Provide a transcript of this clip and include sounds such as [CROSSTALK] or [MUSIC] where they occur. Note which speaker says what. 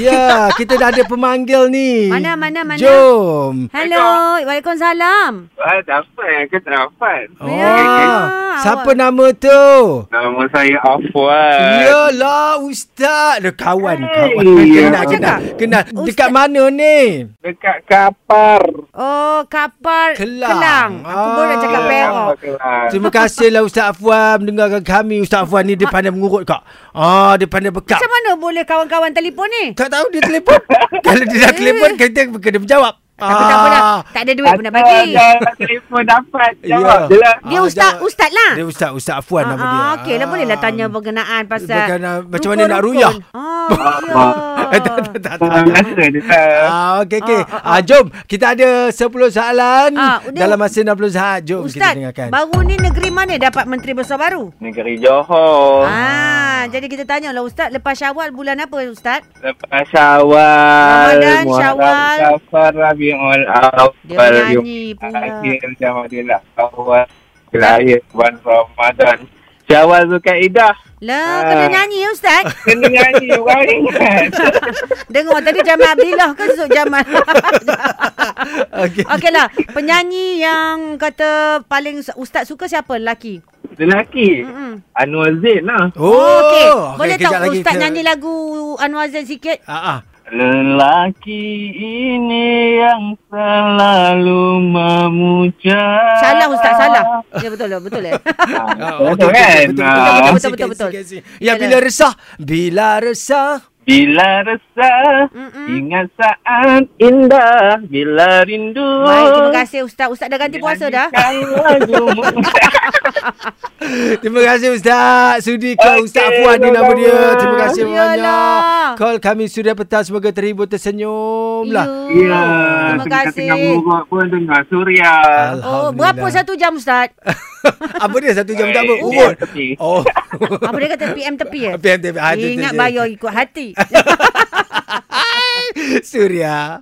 Speaker 1: Ya, kita dah ada pemanggil ni.
Speaker 2: Mana, mana, mana?
Speaker 1: Jom.
Speaker 2: Hello, Waalaikumsalam.
Speaker 3: Ah, dapat. Aku tak dapat.
Speaker 1: Oh,
Speaker 2: Ya,
Speaker 1: siapa
Speaker 2: awak-
Speaker 1: nama tu?
Speaker 3: Nama saya Afwan.
Speaker 2: Ya.
Speaker 1: Yalah, ustaz. Dah kawan, kawan.
Speaker 3: Hey,
Speaker 1: Kenal,
Speaker 3: apa
Speaker 1: kenal,
Speaker 2: cakap?
Speaker 1: kenal.
Speaker 2: Ustaz.
Speaker 1: Dekat mana ni?
Speaker 3: Dekat Kapar.
Speaker 2: Oh, kapal
Speaker 1: Kelang.
Speaker 2: Kelang. Aku
Speaker 1: Ah.
Speaker 2: baru nak cakap Perak.
Speaker 3: Kapar, Kelang.
Speaker 1: Terima kasihlah Ustaz Afwan mendengarkan kami. Ustaz Afwan ni dia pandai mengurut kak. Ah, dia pandai bekap.
Speaker 2: Macam mana boleh kawan-kawan telefon ni?
Speaker 1: Tak tahu dia telefon.
Speaker 2: [LAUGHS]
Speaker 1: Kalau dia dah telefon, kita kena menjawab. Ah.
Speaker 2: Tapi Eh. tak apa dah. Tak ada duit pun nak bagi.
Speaker 3: Ada, ada telefon dapat. Jawab
Speaker 1: Ya.
Speaker 3: je lah.
Speaker 2: Dia
Speaker 1: Ah,
Speaker 2: ustaz-
Speaker 1: jawab.
Speaker 2: ustaz lah.
Speaker 1: Dia ustaz, ustaz Afwan nama dia.
Speaker 2: Ah, okey lah boleh lah tanya berkenaan pasal
Speaker 1: Berkenaan macam mana nak
Speaker 2: rukun-rukun.
Speaker 1: ruyah. [LAUGHS]
Speaker 2: Oh,
Speaker 1: Eh, [LAUGHS] tak,
Speaker 2: ya.
Speaker 1: tak, tak, tak.
Speaker 3: Ah, Biasa dia tak.
Speaker 1: Ah, okey, okey.
Speaker 2: Eh? Ah, ah,
Speaker 1: Ah, jom. Kita ada 10 soalan
Speaker 2: Ah, udah.
Speaker 1: dalam masa 60 saat. Jom kita
Speaker 2: Ustaz,
Speaker 1: dengarkan.
Speaker 2: baru ni negeri mana dapat menteri besar baru?
Speaker 3: Negeri Johor.
Speaker 2: Ah, jadi kita tanya lah Ustaz, lepas Syawal bulan apa Ustaz?
Speaker 3: Lepas Syawal.
Speaker 2: Ramadan,
Speaker 3: Muharram,
Speaker 2: Syawal.
Speaker 3: Safar, Rabiul Awal.
Speaker 2: Dia menyanyi pula.
Speaker 3: Akhir Jamadil Awal. Lahir bulan Ramadan. Syawal Zulkaidah.
Speaker 2: Lah,
Speaker 3: Ah.
Speaker 2: kena nyanyi ya Ustaz.
Speaker 3: Kena nyanyi orang
Speaker 2: [LAUGHS]
Speaker 3: ingat.
Speaker 2: Dengar tadi Jamal Abdillah ke Zul Jamal?
Speaker 1: Okey.
Speaker 2: Okeylah, penyanyi yang kata paling Ustaz suka siapa? Lelaki.
Speaker 3: Lelaki.
Speaker 2: Mm-mm.
Speaker 3: Anwar Zain lah.
Speaker 2: okey.
Speaker 1: Oh, okey,
Speaker 2: Boleh
Speaker 1: kejap
Speaker 2: tak
Speaker 1: lagi
Speaker 2: Ustaz
Speaker 1: kita-
Speaker 2: nyanyi lagu Anwar Zain sikit?
Speaker 1: Ah, ah.
Speaker 3: Lelaki ini yang selalu memuja.
Speaker 2: Salah Ustaz, salah. Ya betul lah, betul lah. [LAUGHS]
Speaker 1: Ah,
Speaker 3: Ah,
Speaker 1: okey,
Speaker 3: betul
Speaker 1: okey,
Speaker 3: kan?
Speaker 1: betul,
Speaker 3: Ah,
Speaker 1: betul,
Speaker 2: betul,
Speaker 1: betul,
Speaker 2: betul,
Speaker 1: betul, betul.
Speaker 2: betul.
Speaker 1: Ya, bila resah. Bila resah.
Speaker 3: Bila resah,
Speaker 2: Mm-mm.
Speaker 3: ingat saat indah. Bila rindu.
Speaker 2: Baik, terima kasih Ustaz. Ustaz dah ganti puasa dah. [LAUGHS]
Speaker 1: Terima kasih Ustaz Sudi ke okay,
Speaker 3: Okey,
Speaker 1: Ustaz Fuad ni nama dia Terima kasih
Speaker 2: Yalah.
Speaker 1: banyak Call kami Suria Petang Semoga terhibur tersenyum lah
Speaker 3: Ya,
Speaker 2: Terima kasih.
Speaker 3: tengah mengurut pun dengar Surya.
Speaker 2: Oh, berapa satu jam Ustaz?
Speaker 1: [LAUGHS] Apa dia satu jam tak apa
Speaker 3: Eh,
Speaker 1: Urut
Speaker 3: tepi.
Speaker 1: Oh [LAUGHS]
Speaker 2: Apa dia kata PM tepi ya?
Speaker 1: PM tepi, ah, tu- tu
Speaker 2: Ingat
Speaker 1: je.
Speaker 2: bayar ikut hati.
Speaker 1: Suria